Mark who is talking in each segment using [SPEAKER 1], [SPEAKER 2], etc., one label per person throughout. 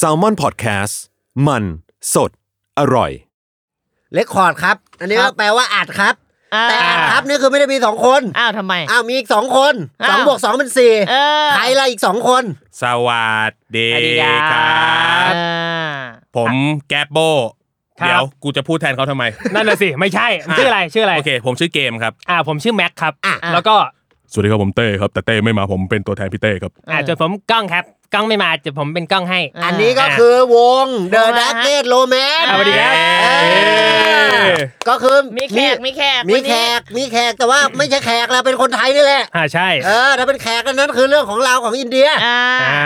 [SPEAKER 1] s a l m o n PODCAST มันสดอร่อย
[SPEAKER 2] เลคคอร์ดครับ อันนี้
[SPEAKER 3] ครั
[SPEAKER 2] ก็
[SPEAKER 3] บ
[SPEAKER 2] แปลว่าอัดครับ
[SPEAKER 3] อ่า
[SPEAKER 2] แต่อัดครับนี่คือไม่ได้มีสองคน
[SPEAKER 3] อ้าวทำไม
[SPEAKER 2] อ้าวมีอีกสองคนสอง
[SPEAKER 3] อ้าว
[SPEAKER 2] บวกสองเป็นสี่
[SPEAKER 3] เออ
[SPEAKER 2] ใครล่ะอีกสองคน
[SPEAKER 4] สวัสดี
[SPEAKER 3] สวัสดีครับ
[SPEAKER 4] ครับ
[SPEAKER 3] อ่า
[SPEAKER 4] ผมแก๊ปโบ
[SPEAKER 3] ครับ
[SPEAKER 4] เดี๋ยวกูจะพูดแทนเขาทำไม
[SPEAKER 5] นั่นน่ะสิ ไม่ใช่ ชื่ออะไรชื่ออะไร
[SPEAKER 4] โอเค ผมชื่อเกมครับ
[SPEAKER 5] อ่าผมชื่อแม็กครับ
[SPEAKER 2] อ่ะ
[SPEAKER 5] แล้วก็
[SPEAKER 4] สวัสดีครับผมเต้ครับ แต่เต้ไม่มาผมเป็นตัวแทนพี่เต้ครับ
[SPEAKER 5] อ่าจนผมกล้องครับกล้องไม่มาจนผมเป็นกล้องให้
[SPEAKER 2] อันนี้ก็คือวง The
[SPEAKER 3] วงอะไรฮะ
[SPEAKER 2] Dark Gate Romance
[SPEAKER 5] อ่าสวัสดีครับ
[SPEAKER 2] เอ้ย
[SPEAKER 4] เอ้ย
[SPEAKER 2] ก็คือ
[SPEAKER 3] มีแขกมีแขก
[SPEAKER 2] มี
[SPEAKER 3] วัน
[SPEAKER 2] แข
[SPEAKER 3] นี้
[SPEAKER 2] กมีแขกแต่ว่าไม่ใช่แขกแล้วเป็นคนไทยนี่แหละ
[SPEAKER 5] อ่าใช่
[SPEAKER 2] เออถ้าเป็นแขกอันนั้นคือเรื่องของเราของอินเดีย
[SPEAKER 3] อ่า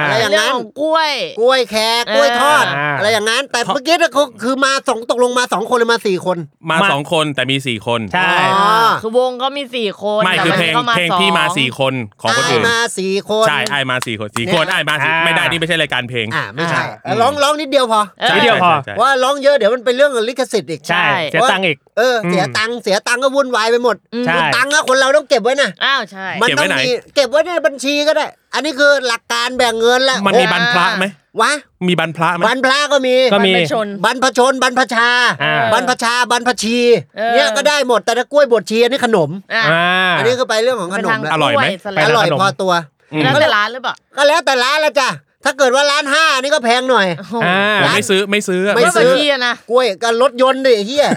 [SPEAKER 2] อะไรอย่างนั้น
[SPEAKER 3] เรื่องของกล้วย
[SPEAKER 2] กล้วยแขกกล้วยทอด
[SPEAKER 5] อ่า
[SPEAKER 2] อะไรอย่างนั้น แต่เมื่อกี้ก็คือมาสองตกลงมาสองคนหรือมาสี่คน
[SPEAKER 4] มา
[SPEAKER 5] มา
[SPEAKER 4] สองคนแต่มีสี่คน
[SPEAKER 5] ใช่
[SPEAKER 2] อ๋อ
[SPEAKER 3] คือวงเขามีสี่คน
[SPEAKER 4] ไม่คือเพลง
[SPEAKER 3] แต่วันนี้ขามา
[SPEAKER 4] เพลง
[SPEAKER 3] สอ
[SPEAKER 4] พี่มาสี่คนของคนอื่น
[SPEAKER 2] ไมาสี่คน
[SPEAKER 4] ใช่ไอ้ายมาสี่คนสี่คน
[SPEAKER 2] เนี่ย
[SPEAKER 4] ไอ้ายมาสี่
[SPEAKER 5] อ่า
[SPEAKER 4] ไม่ได้นี่ไม่ใช่รายการเพลง
[SPEAKER 2] อ่าไม่ใช่
[SPEAKER 4] อ่า
[SPEAKER 2] ร้องร้องนิดเดียวพอ
[SPEAKER 3] เออ
[SPEAKER 4] ใช่
[SPEAKER 5] นิดเดียว พอ
[SPEAKER 4] ใช่
[SPEAKER 2] ว่าร้องเยอะเดี๋ยวมันเป็นเรื่องลิขสิทธิ์อีก
[SPEAKER 5] ใช่
[SPEAKER 3] ใช่
[SPEAKER 5] เสียตังค์อีก
[SPEAKER 2] เออเสีย
[SPEAKER 5] อืม
[SPEAKER 2] ตังค์เสียตังค์ก็วุ่นวายไปหมด
[SPEAKER 5] ใช่
[SPEAKER 2] ตังค์อะคนเราต้องเก็บไว้นะ
[SPEAKER 3] อ้าวใช่
[SPEAKER 2] มันต้องมีเก็บไว้ในบัญชีก็ได้ อันนี้คือหลักการแบ่งเงินละ
[SPEAKER 4] มันมีบันพระไหม
[SPEAKER 2] วะ
[SPEAKER 4] มีบันพระไหม
[SPEAKER 2] บรรพระก็มี
[SPEAKER 5] ก็มี
[SPEAKER 3] มันเป็นชน
[SPEAKER 2] บรรพชนบรรพชา
[SPEAKER 5] อ่า
[SPEAKER 2] บรรพชาบรรพชี
[SPEAKER 3] เออ
[SPEAKER 2] เนี่ยก็ได้หมดแต่ถ้ากล้วยบดชีอันนี้ขนม
[SPEAKER 3] อ่ะ
[SPEAKER 5] อ่า
[SPEAKER 2] อันนี้คือไปเรื่องของข
[SPEAKER 3] เป็น
[SPEAKER 2] นม
[SPEAKER 3] ทาง
[SPEAKER 2] ละ
[SPEAKER 4] ะ อร่อยไหม
[SPEAKER 3] กล้วสลั
[SPEAKER 5] ไป
[SPEAKER 3] ด
[SPEAKER 2] อ
[SPEAKER 5] ทาง
[SPEAKER 2] ร่อย
[SPEAKER 5] ขนม
[SPEAKER 2] พอตัว
[SPEAKER 4] อืม
[SPEAKER 3] แล้วแต่ร้านหรือเปล่า
[SPEAKER 2] ก็แล้วแต่ร้านละจ้ะถ้าเกิดว่าร้านห้าอันนี้ก็แพงหน่อย
[SPEAKER 5] อ่า
[SPEAKER 4] ผมไม่ซื้อไม่ซื้อ
[SPEAKER 2] ไม่
[SPEAKER 3] ไม่
[SPEAKER 2] ซื้
[SPEAKER 3] ซื้
[SPEAKER 2] อ
[SPEAKER 3] อที่อะนะ
[SPEAKER 2] กล้วยกับรถยนต์ดิไอ้เฮีย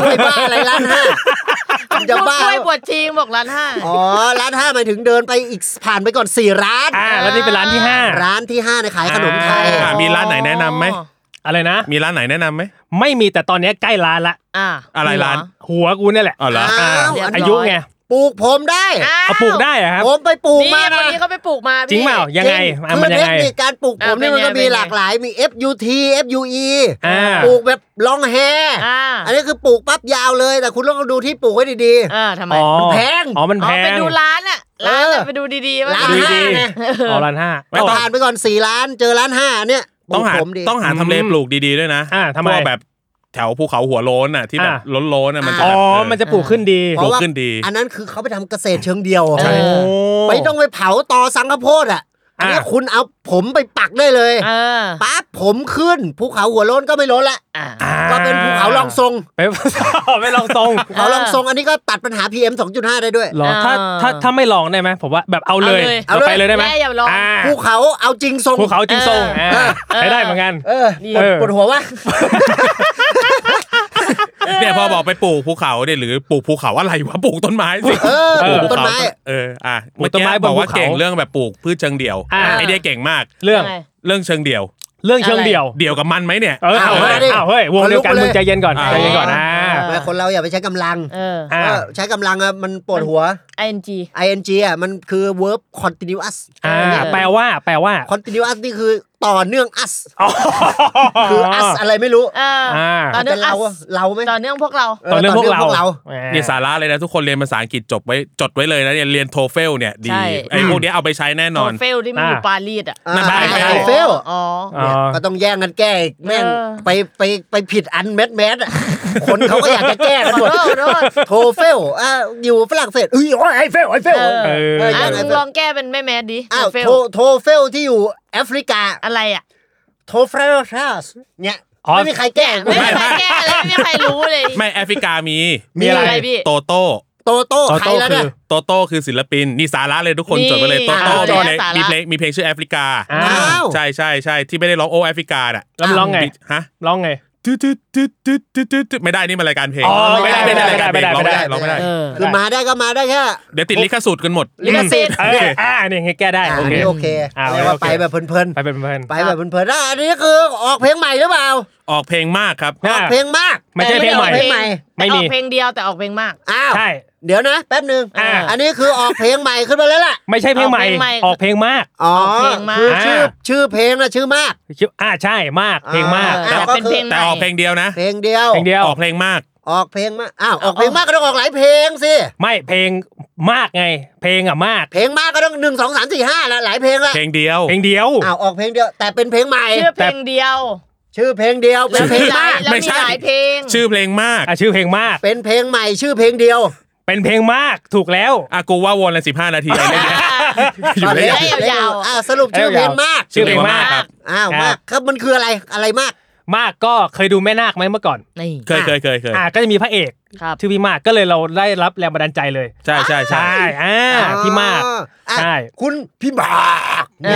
[SPEAKER 2] กล้วยบ้าอะไรร้านห้ามึงจะบ้า
[SPEAKER 3] กล้วยบวชชีงบอกร้านห้า
[SPEAKER 2] อ๋อ ร้านห้าหมายถึงเดินไปอีกผ่านไปก่อนสี่ร้าน
[SPEAKER 5] อ่าแล้วนี่เป็นร้านที่ห้า
[SPEAKER 2] ร้านที่ห้าในยขายขนมไทย
[SPEAKER 4] อ่ะมีร้านไหนแนะนำไหม
[SPEAKER 5] อะไรนะ
[SPEAKER 4] มีร้านไหนแนะนำไหม
[SPEAKER 5] ไม่มีแต่ตอนนี้ใกล้ร้านละ
[SPEAKER 3] อ่า
[SPEAKER 4] อะไรร้าน
[SPEAKER 5] หัวกูเนี่ยแหละ
[SPEAKER 4] อ๋อเหรอ
[SPEAKER 2] อ้าว
[SPEAKER 5] อ่าอายุไง
[SPEAKER 2] ปลูกผมได้
[SPEAKER 5] เอาปลูกได้เหรอครับ
[SPEAKER 2] ผมไปปลูก
[SPEAKER 3] นี่
[SPEAKER 2] มา
[SPEAKER 3] คน
[SPEAKER 2] นะ
[SPEAKER 3] นี้เขาไปปลูกมา
[SPEAKER 5] จริง
[SPEAKER 3] พี่
[SPEAKER 5] เปล่ายังไง
[SPEAKER 2] คื
[SPEAKER 5] อ่ะ
[SPEAKER 2] อ
[SPEAKER 5] มันยั
[SPEAKER 2] เท
[SPEAKER 5] ง
[SPEAKER 2] ค
[SPEAKER 5] ไง
[SPEAKER 2] นิคการปลูกผม
[SPEAKER 3] อ่ะ
[SPEAKER 2] เนี่ยมันก็
[SPEAKER 3] เป็นไง
[SPEAKER 2] มีหลากหลายมี FUT FUE
[SPEAKER 5] อ่า
[SPEAKER 2] ปลูกแบบลองแฮ
[SPEAKER 3] อ่า
[SPEAKER 2] อันนี้คือปลูกปั๊บยาวเลย แต่คุณต้องดูที่ปลูกไว้ดี
[SPEAKER 3] อ่าทำไม
[SPEAKER 5] อ๋อ
[SPEAKER 2] มันแพง
[SPEAKER 5] อ๋อมัน
[SPEAKER 3] อ๋
[SPEAKER 5] แพ
[SPEAKER 3] องไปดูร้านอะร้าน
[SPEAKER 2] เอ
[SPEAKER 3] อะ
[SPEAKER 2] อ
[SPEAKER 3] ไปดูดีๆ
[SPEAKER 2] ๆ
[SPEAKER 3] ว่า
[SPEAKER 2] ร้าน
[SPEAKER 3] ร้าน
[SPEAKER 2] ห้าไง
[SPEAKER 5] อ๋อร้านห้า
[SPEAKER 4] ไม่ต้อง
[SPEAKER 2] ผ่านไปก่อนสี่ร้าน เจอร้านห้าเนี่ยป
[SPEAKER 4] ต้
[SPEAKER 2] ลู
[SPEAKER 4] อง
[SPEAKER 2] ก
[SPEAKER 4] หา
[SPEAKER 2] ผมดี
[SPEAKER 4] ต้องหา
[SPEAKER 5] อืม
[SPEAKER 4] ทำเลปลูกดีๆด้วยนะ
[SPEAKER 5] อ่าทำไม
[SPEAKER 4] พวกแบบแถวภูเขาหัวโล้นอ่ะที่แบบ
[SPEAKER 5] อ่า
[SPEAKER 4] ล้นโล้นๆอ่ะมันจะ
[SPEAKER 5] อ๋อ
[SPEAKER 4] แบบเ
[SPEAKER 5] มันจะปลูกขึ้นดี
[SPEAKER 4] ปลูกขึ้นดี
[SPEAKER 2] อันนั้นคือเขาไปทำเกษตรเชิงเดียว
[SPEAKER 3] เออ
[SPEAKER 2] ไปต้องไปเผาตอสังข้าวโพดอ่ะ อันเนี้ย
[SPEAKER 5] อ่ะ
[SPEAKER 2] คุณเอาผมไปปักได้เลย
[SPEAKER 3] เออ
[SPEAKER 2] ปั๊บผมขึ้นภูเขาหัวโล้นก็ไม่โล้นละ
[SPEAKER 3] อ่า
[SPEAKER 5] อ่า
[SPEAKER 2] ก็เป็นภูเขาลองทรง
[SPEAKER 5] ไป ไปลองทรง
[SPEAKER 2] ภูเขาลองทรงอันนี้ก็ตัดปัญหา PM 2.5 ได้ด้วย
[SPEAKER 5] หรอ
[SPEAKER 3] อ่า
[SPEAKER 5] ถ้าถ้าถ้าไม่ลองได้ไหมผมว่าแบบเอาเลย
[SPEAKER 3] เอาเลย
[SPEAKER 5] ไปเลยได้ไหม
[SPEAKER 3] แม่อย่าลอง
[SPEAKER 5] า
[SPEAKER 2] ภูเขาเอาจริงทรง
[SPEAKER 5] ภูเขาจริงทรง
[SPEAKER 3] เออ
[SPEAKER 5] อ่าใช้ได้เหมือนกัน
[SPEAKER 2] เออปวด
[SPEAKER 5] เออ
[SPEAKER 2] ปวดหัววะ
[SPEAKER 4] เนี่ยพอบอกไปปลูกภูเขาเนี่ยหรือปลูกภูเขาอะไรวะปลูกต้นไม้สิ
[SPEAKER 2] เออ
[SPEAKER 4] ปลูกภู
[SPEAKER 2] ต้น
[SPEAKER 4] เขา
[SPEAKER 2] ไม้
[SPEAKER 4] เอออ่ะ
[SPEAKER 5] ปลู
[SPEAKER 4] เมื่อก
[SPEAKER 5] ต้น
[SPEAKER 4] กี้
[SPEAKER 5] ไม้บน
[SPEAKER 4] บอกว่า
[SPEAKER 5] ภูเขา
[SPEAKER 4] เก่งเรื่องแบบปลูกพืชเชิงเดี่ยว
[SPEAKER 5] อ่า
[SPEAKER 4] ไอเดียเก่งมาก
[SPEAKER 5] เรื่อง
[SPEAKER 3] ยังไง
[SPEAKER 4] เรื่องเชิงเดี่ยว
[SPEAKER 5] เรื่องเชิงเดี่ยว
[SPEAKER 4] เดี่ยวกับมันไหมเนี่ย
[SPEAKER 5] เออเอา
[SPEAKER 2] เอา
[SPEAKER 5] เฮ้ย
[SPEAKER 2] ดิ
[SPEAKER 5] เอาเฮ้ยวงเดียวกัน
[SPEAKER 2] เอาลุกไปเลย
[SPEAKER 5] มึงใจเย็นก่อน
[SPEAKER 4] อ่า
[SPEAKER 5] ใจเย็นก่อนอ่า
[SPEAKER 3] เออ
[SPEAKER 2] คนเราอย่าไปใช้กำลัง
[SPEAKER 3] เออ
[SPEAKER 5] อ่า
[SPEAKER 2] เออใช้กำลังอะมันปวดหัว
[SPEAKER 3] ing
[SPEAKER 2] ing อ่ะมันคือ verb continuous
[SPEAKER 5] อ่าแปลว่าแปลว่า
[SPEAKER 2] continuous นี่คือต่อเนื่อง us คือ
[SPEAKER 5] อั
[SPEAKER 2] us อะไรไม่รู้
[SPEAKER 3] เอออา ต่อเนื่อง
[SPEAKER 2] แต่เราอะเราไหม
[SPEAKER 3] ต่อเนื่องพวกเรา
[SPEAKER 5] ต่อเรื่องพวกเรา
[SPEAKER 2] เออ
[SPEAKER 4] เนี่ยสาระเลยนะทุกคนเรียนภาษาอังกฤษจบไว้จดไว้เลยนะเนี่ยเรียนโทเฟลเนี่ยดี
[SPEAKER 3] ใช่
[SPEAKER 4] ไอพวกเนี้ยเอาไปใช้แน่นอน
[SPEAKER 3] เฟลที่มันอยู่
[SPEAKER 5] อ่า
[SPEAKER 3] ปารีสอ่ะ
[SPEAKER 4] นั่นได้
[SPEAKER 2] อ่า
[SPEAKER 4] ไม่ได้
[SPEAKER 2] ไอเฟล
[SPEAKER 3] อ๋อ
[SPEAKER 5] อ๋อ
[SPEAKER 2] ก็ต้องแย่งกันแก้อีกแม่ง
[SPEAKER 3] เออ
[SPEAKER 2] ไปไปไปผิดอันแมสแมสอ่ะ คนเขาก็อยากจะแก้กันหมด
[SPEAKER 3] ขอโทษ
[SPEAKER 2] โทเฟลอ่ะอยู่ฝรั่งเศสเอ้ยไอเฟลไอเฟล
[SPEAKER 3] เออ
[SPEAKER 5] เออ
[SPEAKER 2] เออ
[SPEAKER 3] อ่ะมึงลองแก้เป็นแม่แมสดิ
[SPEAKER 2] อ้าว
[SPEAKER 3] เฟล
[SPEAKER 2] โทโทเฟลที่อยู่แอฟริกา
[SPEAKER 3] อะไรอ่ะ
[SPEAKER 2] โทเฟลชัสเนี่ย
[SPEAKER 5] อ๋อ
[SPEAKER 2] ไม่มีใครแก้
[SPEAKER 3] ไม่มีใครแก้เลยไม่มีใครรู้เลย
[SPEAKER 4] ไม่แอฟริกามี
[SPEAKER 5] มีอะไร
[SPEAKER 3] อะไรพี่
[SPEAKER 4] โตโต้
[SPEAKER 2] โตโต้
[SPEAKER 5] โต
[SPEAKER 2] ใคร
[SPEAKER 5] โต้
[SPEAKER 2] แล้ว
[SPEAKER 5] คื
[SPEAKER 2] เนี่ย
[SPEAKER 5] อ
[SPEAKER 4] โตโต้คือศิลปินนี่สาระเลยทุกคน
[SPEAKER 3] นี่
[SPEAKER 4] จดไปเลยโตโต้
[SPEAKER 3] เอาแล้
[SPEAKER 4] มี
[SPEAKER 3] ว
[SPEAKER 4] เพลงมี
[SPEAKER 3] สาระ
[SPEAKER 4] เพลงมีเพลงชื่อแอฟริกา
[SPEAKER 5] อ่า
[SPEAKER 2] อ้าว
[SPEAKER 4] ใช่ใช่ใช่ที่ไม่ได้ร้องโอแอฟริกาอ่ะ
[SPEAKER 5] แล้วมันร้องไง
[SPEAKER 4] ฮะ
[SPEAKER 5] ร้องไง
[SPEAKER 4] ตึ๊ดตึ๊ดตึ๊ดตึ๊ดตึ๊ดตึ๊ดตึ๊ดไม่ได้นี่มันรายการเพลง
[SPEAKER 5] อ๋อ
[SPEAKER 4] ไม่ได้
[SPEAKER 5] ไม่
[SPEAKER 4] ไม่
[SPEAKER 5] ได้
[SPEAKER 4] ได้รายการเพลงร้อง
[SPEAKER 5] ไม่
[SPEAKER 4] ไม่
[SPEAKER 5] ได้
[SPEAKER 4] ได้ร้องไม่ได้
[SPEAKER 3] เออ
[SPEAKER 2] คือมาได้ก็มาได้แค่
[SPEAKER 4] เดี๋ยวติดลิขสิทธิ์กันหมด
[SPEAKER 3] ลิขสิทธิ์
[SPEAKER 5] เอออ่าเนี่ยให้แก้ได้
[SPEAKER 2] อ่ะ
[SPEAKER 5] โอ
[SPEAKER 2] อัน
[SPEAKER 5] เค
[SPEAKER 2] นี้โอเค
[SPEAKER 5] อ่า
[SPEAKER 2] เรียกว่า
[SPEAKER 5] โอเค
[SPEAKER 2] ไปแบบเพลิน
[SPEAKER 5] ไปเป็นเพื่อน
[SPEAKER 2] ๆไปแบบเพลินๆอ่ะอันนี้คือออกเพลงใหม่หรือเปล่า
[SPEAKER 4] ออกเพลงมากครับ
[SPEAKER 2] ออกเพลงมาก
[SPEAKER 5] ไม่ใช่เพลงใหม่
[SPEAKER 2] เพลงใหม่
[SPEAKER 5] ไม่
[SPEAKER 3] แต่อ
[SPEAKER 5] มี
[SPEAKER 3] อกเพลงเดียวแต่ออกเพลงมาก
[SPEAKER 2] อ้าว
[SPEAKER 5] ใช่
[SPEAKER 2] เดี๋ยวนะแป๊บหนึ่ง
[SPEAKER 5] อ่า
[SPEAKER 2] อันนี้คือออกเพลงใหม่ขึ้นมาแล้วล่ะ
[SPEAKER 5] ไม่ใช่เพลงใหม่
[SPEAKER 3] ออกเพลงใหม่
[SPEAKER 5] ออกเพลงมาก
[SPEAKER 2] อ๋อ
[SPEAKER 3] ออกเพลงมาก
[SPEAKER 2] คือชื่อ
[SPEAKER 5] อ่า
[SPEAKER 2] ชื่อเพลงนะชื่อมาก
[SPEAKER 5] อ่าใช่มากเพลงมาก
[SPEAKER 2] อ่า
[SPEAKER 3] แต่เป็นเพลงให
[SPEAKER 4] แต่
[SPEAKER 3] ม่
[SPEAKER 4] ออกเพลงเดียวนะ
[SPEAKER 2] เพลงเดียว
[SPEAKER 5] เพลงเดียว
[SPEAKER 4] ออกเพลงมาก
[SPEAKER 2] ออกเพลงมากอ้าวออกเพลงมากก็ต้องออกหลายเพลงสิ
[SPEAKER 5] ไม่เพลงมากไง เพลงอะมาก
[SPEAKER 2] เพลงมากก็ต้องหนึ่งสองสามสี่ห้าละหลายเพลงละ
[SPEAKER 4] เพลงเดียว
[SPEAKER 5] เพลงเดียว
[SPEAKER 2] อ้าวออกเพลงเดียว แต่เป็นเพลงใหม่
[SPEAKER 3] ชื่อเพลงเดียว
[SPEAKER 2] ชื่อเพลงเดียวเป็นเพลงมาก
[SPEAKER 3] แล้ว
[SPEAKER 4] ไม่
[SPEAKER 3] มี
[SPEAKER 4] ใช่
[SPEAKER 3] หลายเพลง
[SPEAKER 4] ชื่อเพลงมาก
[SPEAKER 5] อ่ะชื่อเพลงมาก
[SPEAKER 2] เป็นเพลงใหม่ชื่อเพลงเดียว
[SPEAKER 5] เป็นเพลงมากถูกแล้ว
[SPEAKER 4] อากูว่าวนละสิบห้านาทีไอ้เรื่องเนี้ย อยู่
[SPEAKER 3] เรื่
[SPEAKER 4] ได้
[SPEAKER 3] อย ยาวๆ
[SPEAKER 2] อ้าวสรุปชื่อเพลงมาก
[SPEAKER 5] ชื่อเพลงมาก
[SPEAKER 4] ครับ
[SPEAKER 2] อ้าวมากครับมันคืออะไรอะไรมาก
[SPEAKER 5] มากก็เคยดูแม่นาคไหมเมื่อก่อน
[SPEAKER 3] นี่
[SPEAKER 4] เคยเคยเคยเคย
[SPEAKER 5] อ่าก็จะมีพระเอก
[SPEAKER 3] ครับ
[SPEAKER 5] ชื่อพี่มากก็เลยเราได้รับแรงบันดาลใจเลย
[SPEAKER 4] ใช่ใช่ใช่
[SPEAKER 5] ใช่อ่าพี่มาก
[SPEAKER 2] อ๋ออ่ะ
[SPEAKER 5] ใช่
[SPEAKER 2] คุณพี่มาก
[SPEAKER 3] เอ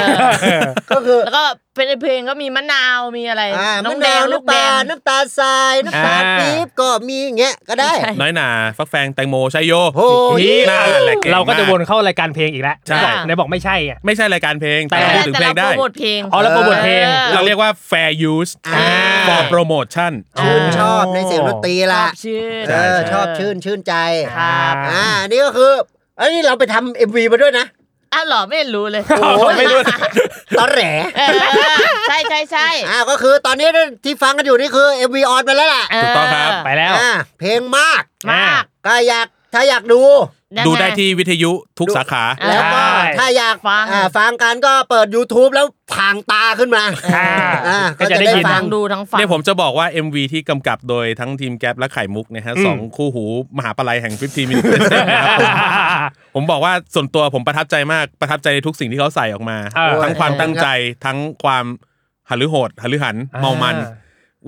[SPEAKER 3] อ
[SPEAKER 2] ก็คือ
[SPEAKER 3] แล้วก็เป็นเพลงก็มีมะนาวมีอะไร
[SPEAKER 2] อ่า
[SPEAKER 3] น้
[SPEAKER 2] น้
[SPEAKER 3] อง
[SPEAKER 2] ง
[SPEAKER 3] แด
[SPEAKER 2] แด
[SPEAKER 3] ง
[SPEAKER 2] ง
[SPEAKER 3] ลู
[SPEAKER 2] ลู
[SPEAKER 3] ก
[SPEAKER 2] ก
[SPEAKER 3] แด
[SPEAKER 2] ตาง น้ำตาลทรายน้ำตาล
[SPEAKER 5] อ่า
[SPEAKER 2] ปี๊บก็มีอย่างเงี้ยก็ได้
[SPEAKER 3] ใช่
[SPEAKER 4] น้อยหนาฟักแฟงแตงโมชัยโย
[SPEAKER 2] โอ้ย
[SPEAKER 4] น่าแหละงม
[SPEAKER 5] เราก็จะวนเข้ารายการเพลงอีกแล้ว
[SPEAKER 4] ใช่
[SPEAKER 5] บอกไหนบอกไม่ใช่ไง
[SPEAKER 4] ไม่ใช่รายการเพลง แต่
[SPEAKER 3] แต่
[SPEAKER 4] เราพูดถึง
[SPEAKER 3] แต่
[SPEAKER 4] เพลงได้
[SPEAKER 3] เราโปรโมทเพลง
[SPEAKER 5] อ๋อเราโปรโมทเพลง
[SPEAKER 4] เราเรียกว่า fair use
[SPEAKER 2] อ่า
[SPEAKER 4] for promotion
[SPEAKER 3] า
[SPEAKER 2] ชื่นชอบในเสียงดนตรี
[SPEAKER 3] ชอ
[SPEAKER 2] ละ
[SPEAKER 3] บชื่น
[SPEAKER 2] เออชอบชื่นชื่นใจ
[SPEAKER 3] ครับ
[SPEAKER 2] อ่าอันนี่ก็คืออันนี้เราไปทำเอ็มวีมาด้วยนะ
[SPEAKER 3] อ้าวเหรอไม่รู้เลย
[SPEAKER 2] โอ้ย
[SPEAKER 3] ไม่รู้
[SPEAKER 2] ตอนแหล
[SPEAKER 3] ใช่ใช่ใช่
[SPEAKER 2] อ่าก็คือตอนนี้ที่ฟังกันอยู่นี่คือ MV ออนไปแล้วล่ะ
[SPEAKER 3] เ
[SPEAKER 4] ถูกต้องครับ
[SPEAKER 5] ไปแล้ว
[SPEAKER 2] อ่าเพลงมาก
[SPEAKER 3] มาก
[SPEAKER 2] ก็อยากถ้าอยากดู
[SPEAKER 3] ยังง
[SPEAKER 4] ดูได้ที่วิทยุทุกสาขา
[SPEAKER 3] อ่า
[SPEAKER 2] แล้วก็
[SPEAKER 5] ใช่
[SPEAKER 2] ถ้าอยาก
[SPEAKER 3] ฟัง
[SPEAKER 2] อ่าฟังกันก็เปิด YouTube แล้วทางตาขึ้นมา
[SPEAKER 5] อ่า
[SPEAKER 2] อ่า
[SPEAKER 5] ก็จะได้ยิน
[SPEAKER 2] ก็จะได้ฟั
[SPEAKER 3] ทั้งดูทั้งฟัง
[SPEAKER 4] เนี่ยผมจะบอกว่า MV ที่กำกับโดยทั้งทีมแก๊ปและไข่มุกเนะฮะ
[SPEAKER 5] อืม
[SPEAKER 4] สองคู่หูมหาปลัยแห่ง 15 Minutes Present นะครับผมผมบอกว่าส่วนตัวผมประทับใจมากประทับใจในทุกสิ่งที่เขาใส่ออกมา
[SPEAKER 5] เออ
[SPEAKER 4] ทั้งความตั้งใจทั้งความหฤโหดหฤหัน เมามัน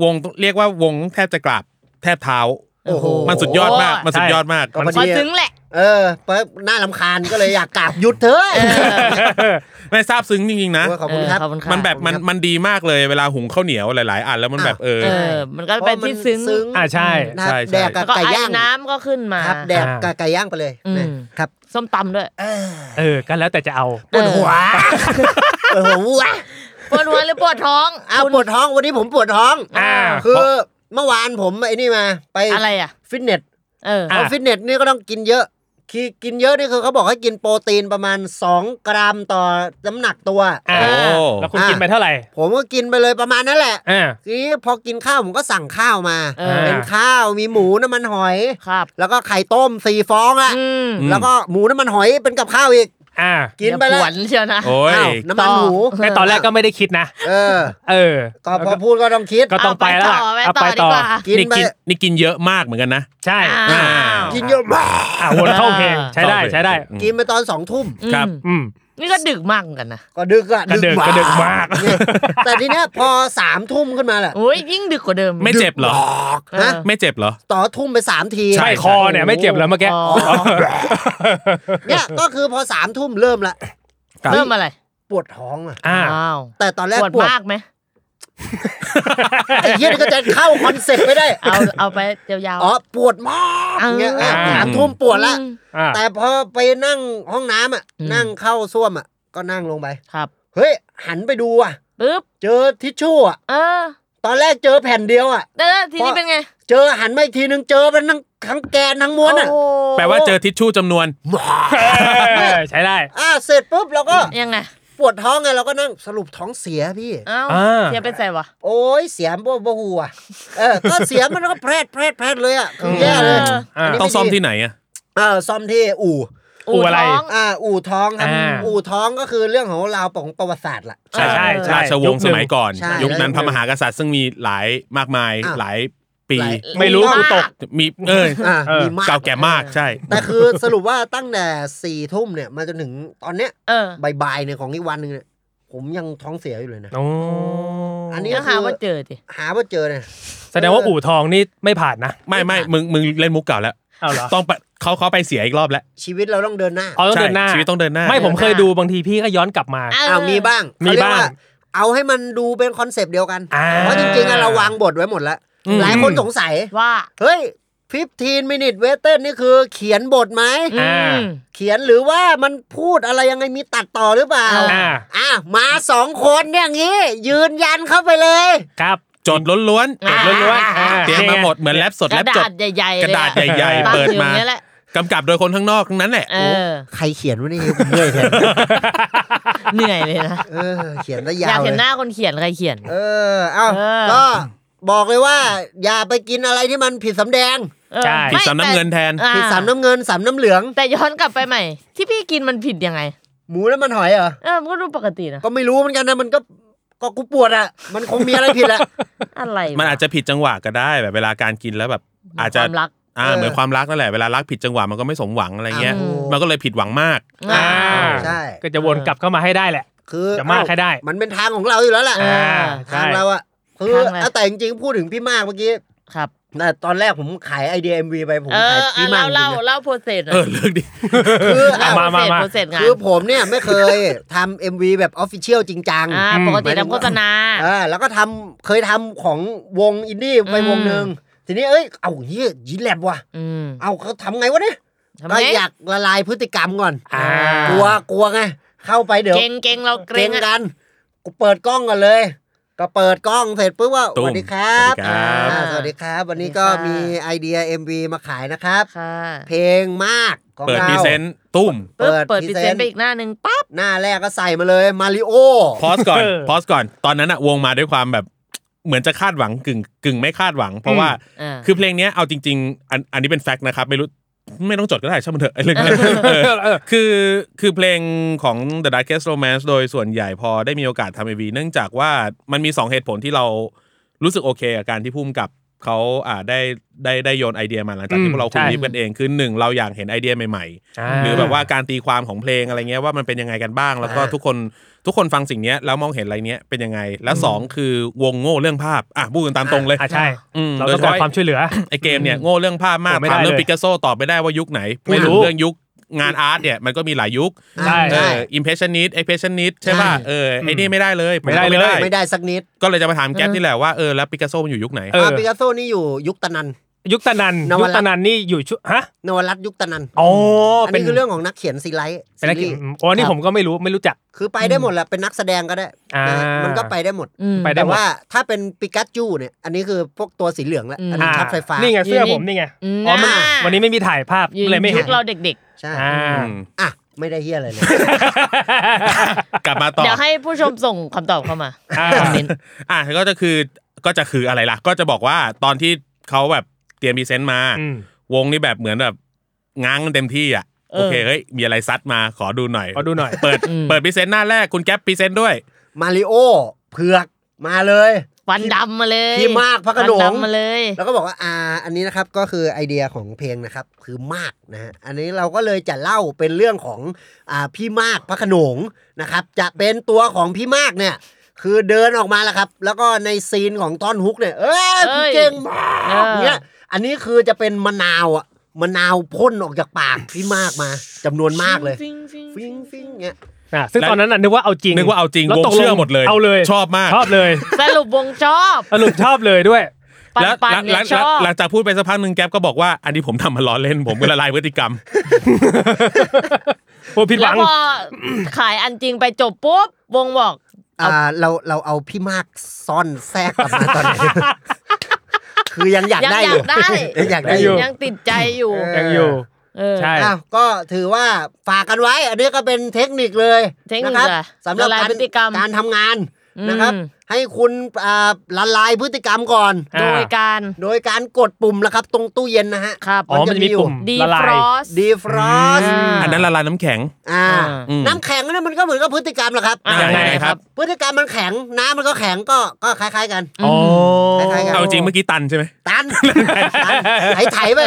[SPEAKER 4] วงเรียกว่าวงแทบจะกราบแทบเท้า
[SPEAKER 2] โอ้โห
[SPEAKER 4] มันสุดยอดมาก
[SPEAKER 3] โอ้ย
[SPEAKER 4] มันสุดยอดมาก
[SPEAKER 2] ก็พอ
[SPEAKER 3] พอ
[SPEAKER 2] ดี
[SPEAKER 3] ถึงแหละ
[SPEAKER 2] เออเพราะน่าลำคาญก็เลยอยากกลับหยุดเถอะ
[SPEAKER 4] ไม่ทราบซึ้งจริงๆนะ
[SPEAKER 2] โอ้ยขอบคุณครับ
[SPEAKER 3] เออขอบคุณครับ
[SPEAKER 4] มันแบบมันมันดีมากเลยเวลาหุงข้าวเหนียวหลาย ๆ อันแล้วมันแบบเออ
[SPEAKER 3] เออ มันก็เป็นที่ซึ้ง
[SPEAKER 5] อ่าใช่
[SPEAKER 2] นะ
[SPEAKER 4] ใช่ใช่
[SPEAKER 2] แดก
[SPEAKER 3] แล้
[SPEAKER 2] กับ
[SPEAKER 3] วก็
[SPEAKER 2] ไก่
[SPEAKER 3] ไอ้
[SPEAKER 2] ย่าง
[SPEAKER 3] น้ำก็ขึ้นมา
[SPEAKER 2] ครับ แดก
[SPEAKER 5] อ่ากั
[SPEAKER 2] กับไก่ย่างไปเลย
[SPEAKER 3] อืม
[SPEAKER 2] นะครับ
[SPEAKER 3] ส้มตำด้วย
[SPEAKER 5] เออก็แล้วแต่จะเอา
[SPEAKER 2] ปวด หัวปวดหัว
[SPEAKER 3] ปวดหัวหรือปวดท้อง
[SPEAKER 2] อ้าวปวดท้องวันนี้ผมปวดท้อง
[SPEAKER 5] อ่า
[SPEAKER 2] คื
[SPEAKER 5] เพ
[SPEAKER 2] อ
[SPEAKER 5] ราะ
[SPEAKER 2] เมื่อวานผมไอ้นี่มาไป
[SPEAKER 3] อะไรอ่ะ
[SPEAKER 2] ฟิตเนส
[SPEAKER 3] เออ
[SPEAKER 5] อ่ะ
[SPEAKER 2] เอาฟิตเนสนี่ก็ต้องกินเยอะคือกินเยอะนี่คือเขาบอกให้กินโปรตีนประมาณ 2 กรัมต่อน้ำหนักตัว
[SPEAKER 5] อ่า
[SPEAKER 3] เอ
[SPEAKER 4] โอ้
[SPEAKER 5] แล้วคุณกินไปเท่าไหร่
[SPEAKER 2] ผมก็กินไปเลยประมาณนั้นแหละ
[SPEAKER 5] อ่า
[SPEAKER 2] ทีนี้พอกินข้าวผมก็สั่งข้าวมา
[SPEAKER 3] เออ
[SPEAKER 2] เป็นข้าวมีหมูน้ำมันหอย
[SPEAKER 3] ครับ
[SPEAKER 2] แล้วก็ไข่ต้มสี่ฟองอะ
[SPEAKER 3] อืม
[SPEAKER 2] แล้วก็หมูน้ำมันหอยเป็นกับข้าวอีก
[SPEAKER 5] อ่า
[SPEAKER 2] กินไปแล้ว
[SPEAKER 3] เดี๋ยวผวนเชียวนะ
[SPEAKER 4] โอ้ย
[SPEAKER 2] อ้าวน้ำมันหมู
[SPEAKER 5] แต่ตอนแรกก็ไม่ได้คิดนะ
[SPEAKER 2] เออ
[SPEAKER 5] เออ
[SPEAKER 2] ก็พอพูดก็ต้องคิด
[SPEAKER 5] ก็ต้องไปแล้วล่ะ
[SPEAKER 3] เอาไปต่อไปต่อดีกว่า
[SPEAKER 5] เา
[SPEAKER 2] กิน
[SPEAKER 4] นี่
[SPEAKER 2] ไป
[SPEAKER 4] กินนี่กินเยอะมากเหมือนกันนะ
[SPEAKER 5] ใช่
[SPEAKER 3] อ้า
[SPEAKER 4] อ่า
[SPEAKER 3] ว
[SPEAKER 2] กินเยอะมาก
[SPEAKER 5] อ่าวนเข้าเพลงใช้ได้
[SPEAKER 4] เข้าเพลง
[SPEAKER 5] ใช้ได้
[SPEAKER 2] กินไปตอนสองทุ่ม
[SPEAKER 4] ครับ
[SPEAKER 5] อืม
[SPEAKER 3] นี่ก็ดึกมากเหมือนกันนะ
[SPEAKER 2] ก็ดึกอะ
[SPEAKER 5] ก็ดึกก็ดึกมาก
[SPEAKER 2] เนี่ย แต่ทีเนี้ยพอสามทุ่มขึ้นมาแหละ
[SPEAKER 3] โอ้ยยิ่งดึกกว่าเดิม
[SPEAKER 4] ไม่เจ็บเหรอ
[SPEAKER 3] เออ
[SPEAKER 2] ฮะ
[SPEAKER 4] ไม่เจ็บเหรอ
[SPEAKER 2] ต่อทุ่มไปสามที
[SPEAKER 4] ใช่
[SPEAKER 5] ไม่คอเนี่ยไม่เจ็บแล้วเมื่อกี้
[SPEAKER 3] อ๋อ
[SPEAKER 2] เนี่ยก็คือพอสามทุ่มเริ่มละ
[SPEAKER 3] เริ่มอะไร
[SPEAKER 2] ปวดท้องอ่ะ
[SPEAKER 5] อ่า
[SPEAKER 3] อ้าว
[SPEAKER 2] แต่ตอนแรก
[SPEAKER 3] ปวด
[SPEAKER 2] ปวด
[SPEAKER 3] มากไหม
[SPEAKER 2] ไอ้เหี้ยนี่ก็จะเข้าคอนเซ็ปต์ไม่ได้
[SPEAKER 3] เอาเอาไปยาว
[SPEAKER 2] อ๋อปวดมาก
[SPEAKER 3] อ่า
[SPEAKER 2] เงี้ยอ่ะ
[SPEAKER 5] อ่า
[SPEAKER 2] สามทุ่มปวดละ
[SPEAKER 3] อืม
[SPEAKER 5] อ่า
[SPEAKER 2] แต่พอไปนั่งห้องน้ำอ่ะ
[SPEAKER 3] อืม
[SPEAKER 2] นั่งเข้าส้วมอ่ะ ก็นั่งลงไป
[SPEAKER 3] ครับ
[SPEAKER 2] เฮ้ย หันไปดูอ่ะ
[SPEAKER 3] ปึ๊บ
[SPEAKER 2] เจอทิชชู่อ่ะ
[SPEAKER 3] เออ
[SPEAKER 2] ตอนแรกเจอแผ่นเดียวอ่ะ
[SPEAKER 3] แต่ทีนี้เป็นไง
[SPEAKER 2] เจอหันมาอีกทีนึงเจอเป็นทั้งทั้งแกนทั้งม้วนอ่ะ
[SPEAKER 3] โอ้โห
[SPEAKER 4] แปลว่าเจอทิชชู่จำนวน
[SPEAKER 5] เออใช้ได้
[SPEAKER 2] อ่ะเสร็จปุ๊บเราก็
[SPEAKER 3] ยังไง
[SPEAKER 2] ปวดท้องไงเราก็นั่งสรุปท้องเสียพี่
[SPEAKER 3] เอ้า
[SPEAKER 5] อ่า
[SPEAKER 3] เสียเป็นไงวะ
[SPEAKER 2] โอ้ยเสียมบ่บ่หัวเออ ก็เสียมมันก็แพรดแพรดแพรดเลยอ่ะคือแย่เลย
[SPEAKER 3] อืม
[SPEAKER 2] นนี้
[SPEAKER 4] ต้องซ่อมที่
[SPEAKER 2] ไดี
[SPEAKER 4] ไหนอ่ะ
[SPEAKER 2] เออซ่อมที่อู่
[SPEAKER 5] อู่อะไร
[SPEAKER 3] ท้ง
[SPEAKER 2] อ่าอู่ท้องครับ
[SPEAKER 5] อ่า
[SPEAKER 2] อู่ท้องก็คือเรื่องของราวของประวัติศาสตร์ล่ะ
[SPEAKER 5] ใช่ใช่ใช่
[SPEAKER 4] ราชวงศ์สมัย
[SPEAKER 5] อน
[SPEAKER 4] ก่อน
[SPEAKER 2] ใช่
[SPEAKER 4] ยุคนั้น
[SPEAKER 2] แล้ว
[SPEAKER 4] พระมหากษัตริย์ซึ่งมีหลายมากมาย
[SPEAKER 2] อ้าว
[SPEAKER 4] หลายปี
[SPEAKER 2] หลาย
[SPEAKER 5] ไม่รู้
[SPEAKER 2] า
[SPEAKER 5] กูตก
[SPEAKER 4] มีเออ
[SPEAKER 2] อ่า
[SPEAKER 5] เออ
[SPEAKER 2] มีมาก
[SPEAKER 4] เก่าแก่มากใช่
[SPEAKER 2] แต่คือสรุปว่าตั้งแต่สี่ทุ่มเนี่ยมาจนถึงตอนเนี้ย
[SPEAKER 3] เออ
[SPEAKER 2] บ่ายๆเนี่ยของอีกวันหนึ่งเนี่ยผมยังท้องเสียอยู่เลยนะ
[SPEAKER 5] โอ้
[SPEAKER 2] อันนี้
[SPEAKER 3] ก็
[SPEAKER 2] ก็
[SPEAKER 3] หา
[SPEAKER 2] คือ
[SPEAKER 3] ว่าเจอดิ
[SPEAKER 2] หาว่าเจอเนี่ย
[SPEAKER 5] แสดงว่าอู่ทองนี่ไม่ผ่านนะ
[SPEAKER 4] ไม่ไม่มึงมึงเล่นมุกเก่าแล้ว
[SPEAKER 5] เอาเหรอ
[SPEAKER 4] ต้องไปเขาเขาไปเสียอีกรอบแล้ว
[SPEAKER 2] ชีวิตเราต้องเดินหน้า
[SPEAKER 5] เอาต้องเดินหน้า
[SPEAKER 4] ใช่ชีวิตต้องเดินหน้า
[SPEAKER 5] ไม่ผมเคยดูบางทีพี่ก็ย้อนกลับมา
[SPEAKER 2] อ้าวมีบ้าง
[SPEAKER 5] มี
[SPEAKER 2] เขเรียก
[SPEAKER 5] บ้าง
[SPEAKER 2] ว่เอาให้มันดูเป็นคอนเซปต์เดียวกัน
[SPEAKER 5] อ่า
[SPEAKER 2] เพราะจริงๆอะเราวางบทไว้หมดแล้ว หลายคนสงสัย
[SPEAKER 3] ว่า
[SPEAKER 2] เฮ้ย 15 minute w a i t e d นี่คือเขียนบทไหม
[SPEAKER 3] อื
[SPEAKER 5] อ่า
[SPEAKER 3] ม
[SPEAKER 2] เขียนหรือว่ามันพูดอะไรยังไงมีตัดต่อหรือเปล่า
[SPEAKER 3] อ่า
[SPEAKER 2] อ่ะมาสองคนเนี่ยอย่างงี้ ยืนยันเข้าไปเลย
[SPEAKER 5] ครับ
[SPEAKER 4] จดล้วน
[SPEAKER 3] อ่า
[SPEAKER 5] จดล้วนๆอ่า
[SPEAKER 4] ๆเตรียมมาหมดเหมือนแลบสด
[SPEAKER 3] ก
[SPEAKER 4] แล
[SPEAKER 3] ระ
[SPEAKER 4] บจ
[SPEAKER 3] ดา
[SPEAKER 4] ด
[SPEAKER 3] ษใหญ่ๆ
[SPEAKER 4] กระดาษใหญ่ๆ
[SPEAKER 3] เปิ
[SPEAKER 4] เปิ
[SPEAKER 3] ด
[SPEAKER 4] ด
[SPEAKER 3] มา
[SPEAKER 4] มา
[SPEAKER 3] นี้แหละ
[SPEAKER 4] กำกับโดยคนข้างนอกทั้งนั้นแหละ
[SPEAKER 3] เออ
[SPEAKER 2] ใครเขียนวะนี่ผมเหนื่อยแทน
[SPEAKER 3] เหนื่อยเลยนะ
[SPEAKER 2] เออ เขียน
[SPEAKER 3] อ
[SPEAKER 2] ได้าย
[SPEAKER 3] ยาก
[SPEAKER 2] วเล
[SPEAKER 3] เห็น
[SPEAKER 2] ย
[SPEAKER 3] หน้าคนเขียนใครเขียน
[SPEAKER 2] เออเอ้า
[SPEAKER 3] เออ
[SPEAKER 2] ก็บอกเลยว่า อย่าไปกินอะไรที่มันผิดสำแดง
[SPEAKER 3] เออ
[SPEAKER 5] ใช่
[SPEAKER 4] ผิด
[SPEAKER 3] ไม่
[SPEAKER 4] สำนักเงินแทน
[SPEAKER 3] แต่อ่
[SPEAKER 2] ผิดสามน้ำเงินสามน้ำเหลือง
[SPEAKER 3] แต่ย้อนกลับไปใหม่ ที่พี่กินมันผิดยังไง
[SPEAKER 2] หมูน้ำมันหอยเหรอ
[SPEAKER 3] เออมันก็ดูปกตินะ
[SPEAKER 2] ก็ไม่รู้เหมือนกันนะมันก็ก็กูปวดอ่ะ มันคงมีอะไรผิดแหละ
[SPEAKER 3] อะไรว
[SPEAKER 4] มันอาจจะผิดจังหวะก็ได้แบบเวลาการกินแล้วแบบ อาจจะ
[SPEAKER 3] ความรัก
[SPEAKER 4] อ่า
[SPEAKER 2] เออ
[SPEAKER 4] เหมือนความรักนั่นแหละเวลารักผิดจังหวะมันก็ไม่สมหวังอะไรเงี้ย
[SPEAKER 3] อ่า
[SPEAKER 4] มันก็เลยผิดหวังมาก
[SPEAKER 5] อ่า
[SPEAKER 2] ใช่
[SPEAKER 5] ก็จะวนกลับเข้ามาให้ได้แหละ
[SPEAKER 2] คือ
[SPEAKER 5] จะมาก
[SPEAKER 2] เอ้
[SPEAKER 5] แค่ได้
[SPEAKER 2] มันเป็นทางของเราอยู่แล้วแหละ
[SPEAKER 3] อ่า
[SPEAKER 2] ทางเราอ่ะคือ
[SPEAKER 3] ทางเรา
[SPEAKER 2] เอาแต่จริงๆพูดถึงพี่มากเมื่อกี้
[SPEAKER 3] ครับ
[SPEAKER 2] นะตอนแรกผมขายไอเดียเอ็มวีไปผม
[SPEAKER 3] เอ
[SPEAKER 2] ขาย
[SPEAKER 3] ออ่ะ
[SPEAKER 2] พี่มา
[SPEAKER 3] เล่าก เล่า
[SPEAKER 2] จริงๆนะ
[SPEAKER 3] เล่าโปรเซส
[SPEAKER 4] เออเรื่องดิ
[SPEAKER 2] คือ
[SPEAKER 3] เล่า
[SPEAKER 2] อ่ะ
[SPEAKER 5] มามามา
[SPEAKER 3] โปรเซสงาน
[SPEAKER 2] คือผมเนี่ยไม่เคย ทำเอ็มวีแบบออฟฟิเชียลจริงจัง
[SPEAKER 3] อ่าปกติทำโฆษณา
[SPEAKER 2] เออแล้วก็ทำเคยทำของวงอินดี้ไป
[SPEAKER 3] อืม
[SPEAKER 2] วงหนึ่งทีนี้เอ้ยเอาเฮียยีแลบว่ะ
[SPEAKER 3] อืม
[SPEAKER 2] เอาเขาทำไงวะเนี่ย
[SPEAKER 3] ทำไม
[SPEAKER 2] ก็อยากละลายพฤติกรรมก่อน
[SPEAKER 5] อ่า
[SPEAKER 2] กลัวกลัวไงเข้าไปเดี๋ยว
[SPEAKER 3] เก่งเก่งเราเก
[SPEAKER 2] เก
[SPEAKER 3] ร
[SPEAKER 2] รง ง
[SPEAKER 3] อะ
[SPEAKER 2] กันกูเปิดกล้องก่อนเลย ก็เปิดกล้องเสร็จปุ๊บว่าส
[SPEAKER 4] ตุ้ม
[SPEAKER 2] วัสดีครับ
[SPEAKER 4] สวัสดีครับ
[SPEAKER 2] อ่าสวัสดีครับ วันนี้ก็มีไอเดีย MV มาขายนะครับ
[SPEAKER 3] ค่ะ
[SPEAKER 2] เพลงมากของ
[SPEAKER 4] เปิด
[SPEAKER 2] เรา
[SPEAKER 4] พรีเซนต์ตุ้ม
[SPEAKER 3] ปึ๊บ
[SPEAKER 2] เปิ
[SPEAKER 3] เปิ
[SPEAKER 2] ด
[SPEAKER 3] ด
[SPEAKER 2] พ
[SPEAKER 3] พ
[SPEAKER 2] รี
[SPEAKER 3] รี
[SPEAKER 2] เซ
[SPEAKER 3] เซ
[SPEAKER 2] น
[SPEAKER 3] น
[SPEAKER 2] ต์
[SPEAKER 3] ต์ไปอีกหน้าหนึ่งปั๊บ
[SPEAKER 2] หน้าแรกก็ใส่มาเลยมาริโอ
[SPEAKER 4] พอสก่อน
[SPEAKER 5] เออ
[SPEAKER 4] พอสก่อน ตอนนั้นอะวงมาด้วยความแบบเหมือนจะคาดหวังกึ่งกึ่งไม่คาดหวัง เพราะว่า
[SPEAKER 3] อ่า
[SPEAKER 4] คือเพลงเนี้ยเอาจริง ๆ อันอันนี้เป็นแฟกต์นะครับ ไม่รู้ไม่ต้องจดก็ได้ช่างมันเถอะไอ้เรื่องนั้นเออ
[SPEAKER 5] เออ
[SPEAKER 4] คือคือเพลงของ The Darkest Romance โดยส่วนใหญ่พอได้มีโอกาสทำเอวีเนื่องจากว่ามันมี 2 เหตุผลที่เรารู้สึกโอเคกับการที่พุ่มกับเขาอ่าได้ได้ได้โยนไอเดียมาหลังจากที่
[SPEAKER 5] อืม
[SPEAKER 4] พวกเราคุย
[SPEAKER 5] ใช่
[SPEAKER 4] รีบกันเองคือหนึ่งเราอยากเห็นไอเดียใหม่ๆ หรือแบบว่าการตีความของเพลงอะไรเงี้ยว่ามันเป็นยังไงกันบ้าง แล้วก็ทุกคนทุกคนฟังสิ่งเนี้ยแล้วมองเห็นอะไรเนี้ยเป็นยังไง และสองคือวงโง่เรื่องภาพอ่ะพูดกันตามตรงเลย
[SPEAKER 5] อ่าใช่
[SPEAKER 4] อืม
[SPEAKER 5] เรา
[SPEAKER 4] โดย
[SPEAKER 5] ต้อง
[SPEAKER 4] เฉ
[SPEAKER 5] การ
[SPEAKER 4] พาะ
[SPEAKER 5] ความช่วยเหลือ
[SPEAKER 4] ไอเกมเนี่ยโง่เรื่องภาพมาก
[SPEAKER 5] โอ้ไม่ได้
[SPEAKER 4] ถามเรื่อง
[SPEAKER 5] เลย
[SPEAKER 4] ปิกัสโซตอบไม่ได้ว่ายุคไหน
[SPEAKER 5] ไม่รู้
[SPEAKER 4] พูดถึงเรื่องยุคงานอาร์ตเนี่ยมันก็มีหลายยุค
[SPEAKER 5] ใช่
[SPEAKER 4] เอ
[SPEAKER 2] ใช่
[SPEAKER 4] ออิมเพรสชันนิสเอ็กเพรสชันนิสใช่ป่ะ
[SPEAKER 2] ใช่
[SPEAKER 4] เออไอนี่ไม่ได้เลยผ
[SPEAKER 5] ไม่ได้
[SPEAKER 4] ก็
[SPEAKER 5] เลย
[SPEAKER 2] ไม่ได้สักนิด
[SPEAKER 4] ก็เลยจะมาถามแก๊ปนี่แหละว่าเออแล้วปิกัสโซมันอยู่ยุคไหน
[SPEAKER 5] เออ
[SPEAKER 2] อ่าปิกัสโซนี่อยู่ยุคตะนัน
[SPEAKER 5] ยุคตะนัน
[SPEAKER 2] นวรัตน์
[SPEAKER 5] ยุคตะนันนี่อยู่ชุฮะ
[SPEAKER 2] นวรัตน์ยุคตะนัน
[SPEAKER 5] อ๋อ
[SPEAKER 2] อันนี้คือเรื่องของนักเขียนซีไลท์
[SPEAKER 5] เป็นนัก
[SPEAKER 2] ซี
[SPEAKER 5] เขีย
[SPEAKER 2] รี
[SPEAKER 5] น
[SPEAKER 2] ส์
[SPEAKER 5] อ๋อนี่
[SPEAKER 2] ครับ
[SPEAKER 5] ผมก็ไม่รู้ไม่รู้จัก
[SPEAKER 2] คือไปได้หมดแหละเป็นนักแสดงก็ได้
[SPEAKER 5] อ่า
[SPEAKER 2] นะฮะมันก็ไปได้หมด
[SPEAKER 3] อืม
[SPEAKER 5] ไปได้
[SPEAKER 2] แต่
[SPEAKER 5] หม
[SPEAKER 2] ว่าถ้าเป็นปิกัจจูเนี่ยอันนี้คือพวกตัวสีเหลืองแล้ว
[SPEAKER 3] อืม
[SPEAKER 2] อันนี้ช็อตไฟฟ้า
[SPEAKER 5] นี่ไงเสื้อ
[SPEAKER 3] อยู่นี่
[SPEAKER 5] ผมนี่ไง
[SPEAKER 3] อืม
[SPEAKER 5] อ๋อมัน
[SPEAKER 3] อ่า
[SPEAKER 5] วันนี้ไม่มีถ่ายภาพ
[SPEAKER 3] อยู่
[SPEAKER 5] เลยไม่เห็
[SPEAKER 3] ยุ
[SPEAKER 5] น
[SPEAKER 3] คเราเด็ก
[SPEAKER 2] ใช่
[SPEAKER 5] อ่า
[SPEAKER 4] อืม
[SPEAKER 2] อ่ะไม่ได้เฮียอะไรเลย
[SPEAKER 4] กลับมา
[SPEAKER 3] ๆ
[SPEAKER 4] ต่อ
[SPEAKER 3] เดี๋ยวให้ผู้ชมส่งคำตอบเข้ามา
[SPEAKER 5] อ่า
[SPEAKER 3] คอมเมนต์
[SPEAKER 4] อ่ะก็จะคือก็จะคืออะไรล่ะ ก็จะบอกว่าตอนที่เขาแบบเตรียมพรีเซนต์มา
[SPEAKER 5] อืม
[SPEAKER 4] วงนี่แบบเหมือนแบบง้างกันเต็มที่อ่ะโอเคเฮ้ยมีอะไรซัดมาขอดูหน่อย
[SPEAKER 5] ขอดูหน่อย
[SPEAKER 4] เปิด
[SPEAKER 3] อืม
[SPEAKER 4] เปิดพรีเซนต์หน้าแรกคุณแก๊ปพรีเซนต์ด้วย
[SPEAKER 2] มาริโอเผือกมาเลย
[SPEAKER 3] ฟันดำมาเลย
[SPEAKER 2] พี่มากพระโขนง
[SPEAKER 3] ฟันดำมาเลย
[SPEAKER 2] แล้วก็บอกว่าอ่าอันนี้นะครับก็คือไอเดียของเพลงนะครับคือมากนะฮะอันนี้เราก็เลยจะเล่าเป็นเรื่องของอ่าพี่มากพระโขนงนะครับจะเป็นตัวของพี่มากเนี่ยคือเดินออกมาแล้วครับ แล้วก็ในซีนของต้อนฮุกเนี่ยเอ้ย
[SPEAKER 3] เอ้ย
[SPEAKER 2] เก่งมาก
[SPEAKER 3] เออ
[SPEAKER 2] เนี่ยอันนี้คือจะเป็นมะนาวอะมะนาวพ่นออกจากปากพี่มากมาจำนวนมากเลย
[SPEAKER 3] ฟิงฟิง
[SPEAKER 2] ฟิ
[SPEAKER 3] ฟิ
[SPEAKER 2] ง
[SPEAKER 3] ง
[SPEAKER 2] ฟิงเงี้ย
[SPEAKER 5] อ่ะซึ่งตอนนั้นน่ะนึกว่าเอาจริง
[SPEAKER 4] นึกว่าเอาจริง
[SPEAKER 5] แล้ว
[SPEAKER 4] วง
[SPEAKER 5] ตกลง
[SPEAKER 4] เชื่อหมดเลย
[SPEAKER 5] เอาเลย
[SPEAKER 4] ชอบมาก
[SPEAKER 5] ชอบเลย
[SPEAKER 3] สรุปวงชอบ
[SPEAKER 5] สรุปชอบเลยด้วย
[SPEAKER 3] ปัน
[SPEAKER 4] แล้ว
[SPEAKER 3] ปัน
[SPEAKER 4] หลัง
[SPEAKER 3] เนี่
[SPEAKER 4] หลั
[SPEAKER 3] ย
[SPEAKER 4] ง
[SPEAKER 3] ชอบ
[SPEAKER 4] หลังจากพูดไปสักพักหนึ่งแก๊ปก็บอกว่าอันนี้ผมทำมาล้อเล่นผมก็ละลายพฤติกรรม
[SPEAKER 5] โอ้ผิดห
[SPEAKER 3] แล้ว
[SPEAKER 5] วัง
[SPEAKER 3] พอขายอันจริงไปจบปุ๊บ วงบอก
[SPEAKER 2] อ่าเราเราเอาพี่มากซ่อนแทรกกลับมาต อนไหน คือยังอยาก
[SPEAKER 3] ยัง
[SPEAKER 2] ได้อย
[SPEAKER 3] อา
[SPEAKER 2] ยู่
[SPEAKER 3] กได้
[SPEAKER 2] ยังอยากได้อยู่
[SPEAKER 5] ง
[SPEAKER 3] ยังติดใจอยู่
[SPEAKER 2] เ
[SPEAKER 5] ยังอยู่
[SPEAKER 3] เออ
[SPEAKER 5] ใช่
[SPEAKER 2] อ้าวก็ถือว่าฝากกันไว้ อันนี้ก็เป็นเทคนิคเลย
[SPEAKER 3] เทคนิ
[SPEAKER 2] นะ
[SPEAKER 3] ค
[SPEAKER 2] ครับ
[SPEAKER 3] เลย
[SPEAKER 2] สำหรับ
[SPEAKER 3] ละลาย
[SPEAKER 2] การ
[SPEAKER 3] พฤติกรรม
[SPEAKER 2] การทำงานนะครับ
[SPEAKER 3] อืม
[SPEAKER 2] ให้คุณอ่าละลายพฤติกรรมก่อน
[SPEAKER 5] อ่ะ
[SPEAKER 3] โดยการ
[SPEAKER 2] โดยการกดปุ่มละครับ ตรงตู้เย็นนะฮะ
[SPEAKER 3] ครับ
[SPEAKER 5] อ๋อมันจะมีปุ่ม
[SPEAKER 3] ดี
[SPEAKER 5] ละลา
[SPEAKER 3] ฟร
[SPEAKER 5] ย
[SPEAKER 3] อส
[SPEAKER 2] ดีฟรอส
[SPEAKER 4] อันนั้นละลายน้ำแข็ง
[SPEAKER 2] อ่า
[SPEAKER 3] อืม
[SPEAKER 2] น้ำแข็งนั่นมันก็เหมือนกับพฤติกรรมแหละครับ
[SPEAKER 3] อ่ะ
[SPEAKER 4] ยังไงครับ
[SPEAKER 2] พฤติกรรมมันแข็งน้ำมันก็แข็งก็ก็คล้าย ๆกัน
[SPEAKER 3] อืม
[SPEAKER 2] คล้ายๆกัน
[SPEAKER 4] เอาจริงเมื่อกี้ตันใช่ไหม
[SPEAKER 2] ตั นตันไถๆไป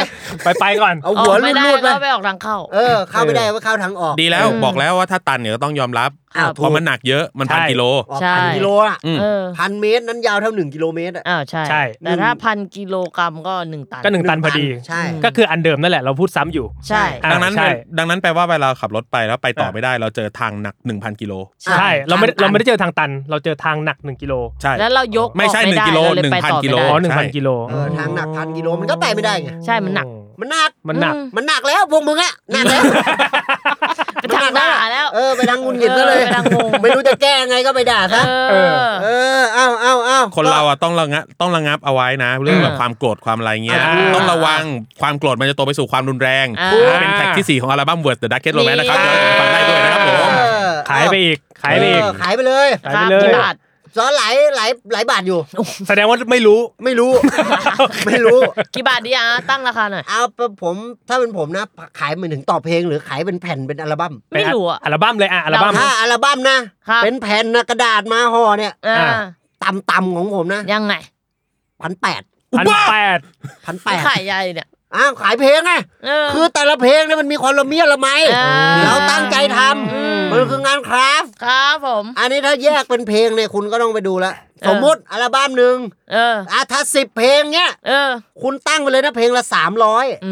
[SPEAKER 5] ไปไปก่อน
[SPEAKER 2] เอาหัว
[SPEAKER 3] ออกไม่ได้
[SPEAKER 2] ลูดๆไป
[SPEAKER 3] ก็ไปออกทางเข้า
[SPEAKER 2] เออ เข้าไม่ได้ก็เข้าทางออก
[SPEAKER 4] ดีแล้วบอกแล้วว่าถ้าตันเนี่ยก็ต้องยอมรับ
[SPEAKER 2] อ้าวถูก
[SPEAKER 4] เพราะมันหนักเยอะมันพัน
[SPEAKER 5] ใช่
[SPEAKER 4] กิโล
[SPEAKER 2] ออก
[SPEAKER 3] ใช่
[SPEAKER 2] พันกิโลอ่ะ
[SPEAKER 4] อืม
[SPEAKER 3] เออ
[SPEAKER 2] พันเมตรนั้นยาวเท่าหนึ่งกิโลเมตรอ่ะ
[SPEAKER 3] อ้าวใช่
[SPEAKER 5] ใช่
[SPEAKER 3] แต่ถ้าพันกิโลกรัมก็หนึ่งตัน
[SPEAKER 5] ก็หนึ่งตันพอดี
[SPEAKER 2] ใช่
[SPEAKER 5] ก็คืออันเดิมนั่นแหละเราพูดซ้ำอยู่
[SPEAKER 3] ใช่
[SPEAKER 5] อ่ะ
[SPEAKER 4] ดังนั้น
[SPEAKER 5] ใช่
[SPEAKER 4] ดังนั้นแปลว่าเวลาขับรถไปแล้วไปต่อไม่ได้เราเจอทางหนัก 1,000 กิโล
[SPEAKER 5] ใช่เราไม่ได้
[SPEAKER 2] ทงตัน
[SPEAKER 5] เราไม่ได้เจอทางตัน เราเจอทางหนักหนึ่งกิโล
[SPEAKER 4] ใช่
[SPEAKER 3] แล้วเรายกออก
[SPEAKER 4] ไม่ใช่หนึ่ง
[SPEAKER 3] ด้
[SPEAKER 4] กิโล
[SPEAKER 3] เราเย
[SPEAKER 4] หนึ่งพัน
[SPEAKER 3] ไปต่อ
[SPEAKER 4] กิโล
[SPEAKER 3] ไม่
[SPEAKER 5] อ๋อ
[SPEAKER 3] ได้
[SPEAKER 5] หนึ่งพันกิโล
[SPEAKER 2] เออทางหนักพันกิโลมันก็ไปไม่ได้ไง
[SPEAKER 3] ใช่มันหนัก
[SPEAKER 2] มันหนัก
[SPEAKER 5] มันหนัก
[SPEAKER 3] อืม
[SPEAKER 2] มันหนักแล้วพวกมึงอะหนักแล้ว
[SPEAKER 3] ไปทางหน้าแล้ว
[SPEAKER 2] เออไปทางงุนหงิดซะเลย
[SPEAKER 3] เออไปทางงง
[SPEAKER 2] ไม่รู้จะแก้ยังไงก็ไปด่าซะ
[SPEAKER 3] เออ
[SPEAKER 2] เออ เอาเอาเอา าว
[SPEAKER 4] คนเราอ่ะต้องระงับต้องระงับเอาไว้นะ เรื่องแบบ
[SPEAKER 3] อ่า
[SPEAKER 4] ความโกรธความอะไรเงี้ย
[SPEAKER 5] อ่า
[SPEAKER 4] ต้องระวังความโกรธมันจะโตไปสู่ความรุนแรง
[SPEAKER 3] อ่า
[SPEAKER 4] เป็นแท็กที่ 4 ของอัลบั้ม Words the Darkest Romance นะครับ
[SPEAKER 3] นี่
[SPEAKER 4] เดี๋ยวเราจะไปฟังได้ด้วยนะครับผม
[SPEAKER 2] เออ
[SPEAKER 5] ขายไปอีก ขายไปอีก
[SPEAKER 2] เขายไปเลย
[SPEAKER 5] ขาย
[SPEAKER 3] ค
[SPEAKER 5] ไป
[SPEAKER 3] รับ
[SPEAKER 5] เลย
[SPEAKER 3] กี่บาท
[SPEAKER 2] ซ้อนหลายหลายหลายบาทอยู่
[SPEAKER 5] แสดงว่าไม่รู้
[SPEAKER 2] ไม่รู้ ไม่รู้
[SPEAKER 3] กี่บาทดีอ่ะตั้งราคาหน่อย
[SPEAKER 2] เอาเป็นผมถ้าเป็นผมนะ ขายเหมือนถึงต่อเพลงหรือขายเป็นแผ่นเป็นอัลบั้ม
[SPEAKER 3] ไม่รู้อ่ะ
[SPEAKER 5] อัลบั้มเลยอ่ะอัลบั้ม
[SPEAKER 3] เดา
[SPEAKER 2] ถ้าอัลบั้มนะ
[SPEAKER 3] ครับ
[SPEAKER 2] เป็นแผ่นนะกระดาษมาห่อเนี่ย
[SPEAKER 3] อ่า
[SPEAKER 5] อ่ะ
[SPEAKER 2] ต่ำๆของผมนะ
[SPEAKER 3] ยังไง
[SPEAKER 2] พันแปด
[SPEAKER 5] อันแปด
[SPEAKER 2] พันแป
[SPEAKER 3] ไม่
[SPEAKER 2] ด
[SPEAKER 3] ขายใหญ่เนี่ย
[SPEAKER 2] อ้าวขายเพลงไง
[SPEAKER 3] เออ
[SPEAKER 2] คือแต่ละเพลงเนี่ยมันมีความละเมียดละไม
[SPEAKER 3] อ่
[SPEAKER 2] เราตั้งใจทำ
[SPEAKER 3] อืม
[SPEAKER 2] มันคืองานคราฟต์
[SPEAKER 3] ครับผม
[SPEAKER 2] อันนี้ถ้าแยกเป็นเพลงเนี่ยคุณก็ต้องไปดูละ
[SPEAKER 3] เออ
[SPEAKER 2] สมมติอัลบั้มหนึ่ง
[SPEAKER 3] เออ
[SPEAKER 2] อ่ะถ้าสิบเพลงเนี่ย
[SPEAKER 3] เออ
[SPEAKER 2] คุณตั้งไปเลยนะเพลงละสามร้อย
[SPEAKER 3] อื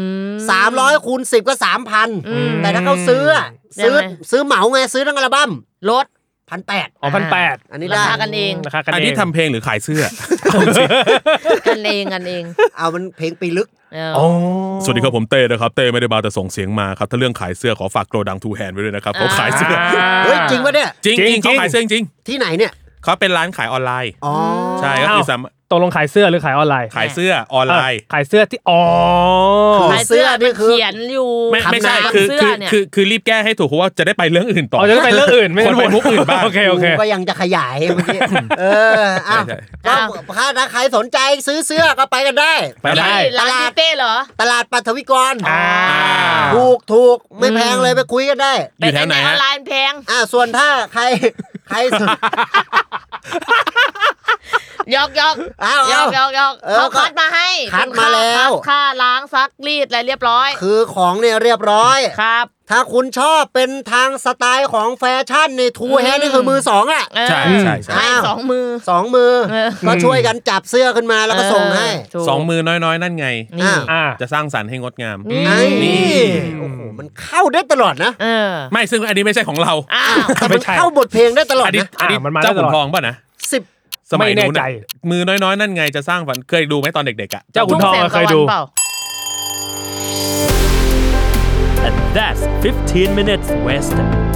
[SPEAKER 2] สามร้อยคูณสิบก็สามพัน
[SPEAKER 3] อืม
[SPEAKER 2] แต่ถ้าเขาซื้ออะซื้อ
[SPEAKER 3] ยังไง
[SPEAKER 2] ซื้อเหมาไงซื้อทั้งอัลบั้ม
[SPEAKER 3] ลด
[SPEAKER 2] พันแปด
[SPEAKER 5] อ๋อพันแปด
[SPEAKER 2] อันนี้
[SPEAKER 3] รา
[SPEAKER 2] ได้
[SPEAKER 3] คากันเอง
[SPEAKER 5] ราคากัน
[SPEAKER 4] อัน
[SPEAKER 5] เอ
[SPEAKER 4] นี้
[SPEAKER 5] ง
[SPEAKER 4] ทำเพลงหรือขายเสื้อ
[SPEAKER 3] กันเองกันเอง
[SPEAKER 2] เอามันเพลงปีลึก
[SPEAKER 3] เออ
[SPEAKER 5] อ๋อ
[SPEAKER 4] สวัสดีครับผมเต้นะครับ เต้ไม่ได้มาแต่ส่งเสียงมาครับ ถ้าเรื่องขายเสื้อขอฝากโกรดังทูแฮนไว้ด้วยนะครับเขาขายเสื้ออ
[SPEAKER 5] อ่า
[SPEAKER 2] เฮ้ย จริงปะเนี่ย
[SPEAKER 4] จริง
[SPEAKER 5] จ
[SPEAKER 4] จ
[SPEAKER 5] ริ
[SPEAKER 4] ริง
[SPEAKER 5] งจริ
[SPEAKER 4] เขา
[SPEAKER 5] ง
[SPEAKER 4] ขายเสื้อจริง
[SPEAKER 2] ที่ไหนเนี่ย
[SPEAKER 4] เขาเป็นร้านขายออนไลน์
[SPEAKER 2] อ๋อ
[SPEAKER 4] ใช่ก็คือสาม
[SPEAKER 5] ตกลงขายเสื้อหรือขายออนไลน์
[SPEAKER 4] ขายเสื้อออนไลน์
[SPEAKER 5] ขายเสื้อที่อ๋อ
[SPEAKER 2] คือ
[SPEAKER 3] ขายเสื้อ
[SPEAKER 2] เสื้อนี่
[SPEAKER 3] มัน
[SPEAKER 2] คือ
[SPEAKER 3] เขียนอยู่
[SPEAKER 4] ไม่ไม่ใช่
[SPEAKER 3] ทำ
[SPEAKER 4] คือ
[SPEAKER 3] เสื้
[SPEAKER 4] คือ
[SPEAKER 3] เนี่ย
[SPEAKER 4] คือคือรีบแก้ให้ถูกเพราะว่าจะได้ไปเรื่องอื่นต่อ
[SPEAKER 5] อ๋อจะได้ไปเรื่องอื่นไม่
[SPEAKER 4] คนไปมุกอื่นบ้าง
[SPEAKER 5] โอเคโอเค
[SPEAKER 2] กูก็ยังจะขยายเมื่อกี้ เอออ่ะ
[SPEAKER 4] ใช่
[SPEAKER 2] ก็
[SPEAKER 3] อ้าว
[SPEAKER 2] ถ้าใครสนใจซื้อเสื้อก็ไปกันได้
[SPEAKER 4] ไปได้
[SPEAKER 3] ร้านพี่เต้เหรอ
[SPEAKER 2] ตลาดปัทวิกร
[SPEAKER 5] อ่า
[SPEAKER 2] ถูกถูกไม่แพงเลยไปคุยกันได้
[SPEAKER 4] อยู่แถวไหน
[SPEAKER 3] ปออ
[SPEAKER 4] ฮะ
[SPEAKER 3] นไลน์แพง
[SPEAKER 2] อ่ะส่วนถ้าใครใครสน
[SPEAKER 3] ยอกยอก
[SPEAKER 2] เอา
[SPEAKER 3] ย
[SPEAKER 2] เอา
[SPEAKER 3] อกยอกยอก
[SPEAKER 2] เออ
[SPEAKER 3] เขาคัดมาให้
[SPEAKER 2] คัดมาแล้ว
[SPEAKER 3] เป็นค่าล้างซักรีดอะไรเรียบร้อย
[SPEAKER 2] คือของเนี่ยเรียบร้อย
[SPEAKER 3] ครับ
[SPEAKER 2] ถ้าคุณชอบเป็นทางสไตล์ของแฟชั่นในทู
[SPEAKER 3] อืม
[SPEAKER 2] แฮนนี่คือมือสองอ่ะ
[SPEAKER 3] เออ
[SPEAKER 4] ใช่ใช่ใช่
[SPEAKER 3] ให้สองมือ
[SPEAKER 2] สองมือ
[SPEAKER 3] เออ
[SPEAKER 2] ก็ช่วยกันจับเสื้อขึ้นมาแล้วก็ส่งให้
[SPEAKER 3] เถูก
[SPEAKER 4] สองมือน้อยๆ นั่นไง
[SPEAKER 3] นี่
[SPEAKER 2] อ่า
[SPEAKER 5] อ่า
[SPEAKER 4] จะสร้างสรรค์ให้งดงาม
[SPEAKER 3] นี่
[SPEAKER 2] ไอ้
[SPEAKER 4] นี่
[SPEAKER 2] โอ้โหมันเข้าได้ตลอดนะ
[SPEAKER 3] เออ
[SPEAKER 4] ไม่ซึ่งอันนี้ไม่ใช่ของเรา
[SPEAKER 3] อ้าว
[SPEAKER 2] แต่
[SPEAKER 5] ไม่
[SPEAKER 2] มัน
[SPEAKER 5] ใช่
[SPEAKER 2] เข้าบทเพลงได้ตลอด
[SPEAKER 4] อันนี้
[SPEAKER 2] นะ
[SPEAKER 4] อันนี้
[SPEAKER 5] อ่ามันมาได้
[SPEAKER 4] เจ้า
[SPEAKER 5] ต
[SPEAKER 4] ขุ
[SPEAKER 5] ลอด
[SPEAKER 4] นทองป่ะนะ
[SPEAKER 2] สิบ
[SPEAKER 4] สมัยนู้น
[SPEAKER 5] ไม่แน่ใจ
[SPEAKER 4] น่ะมือน้อยๆ นั่นไงจะสร้างฝันเคยดูไหมตอนเด็กๆอ่ะ
[SPEAKER 5] เจ้าขุนทอง
[SPEAKER 3] ทุ่แส
[SPEAKER 5] อะเคยดู
[SPEAKER 3] ตะวันปล่า
[SPEAKER 6] And that's 15 minutes west.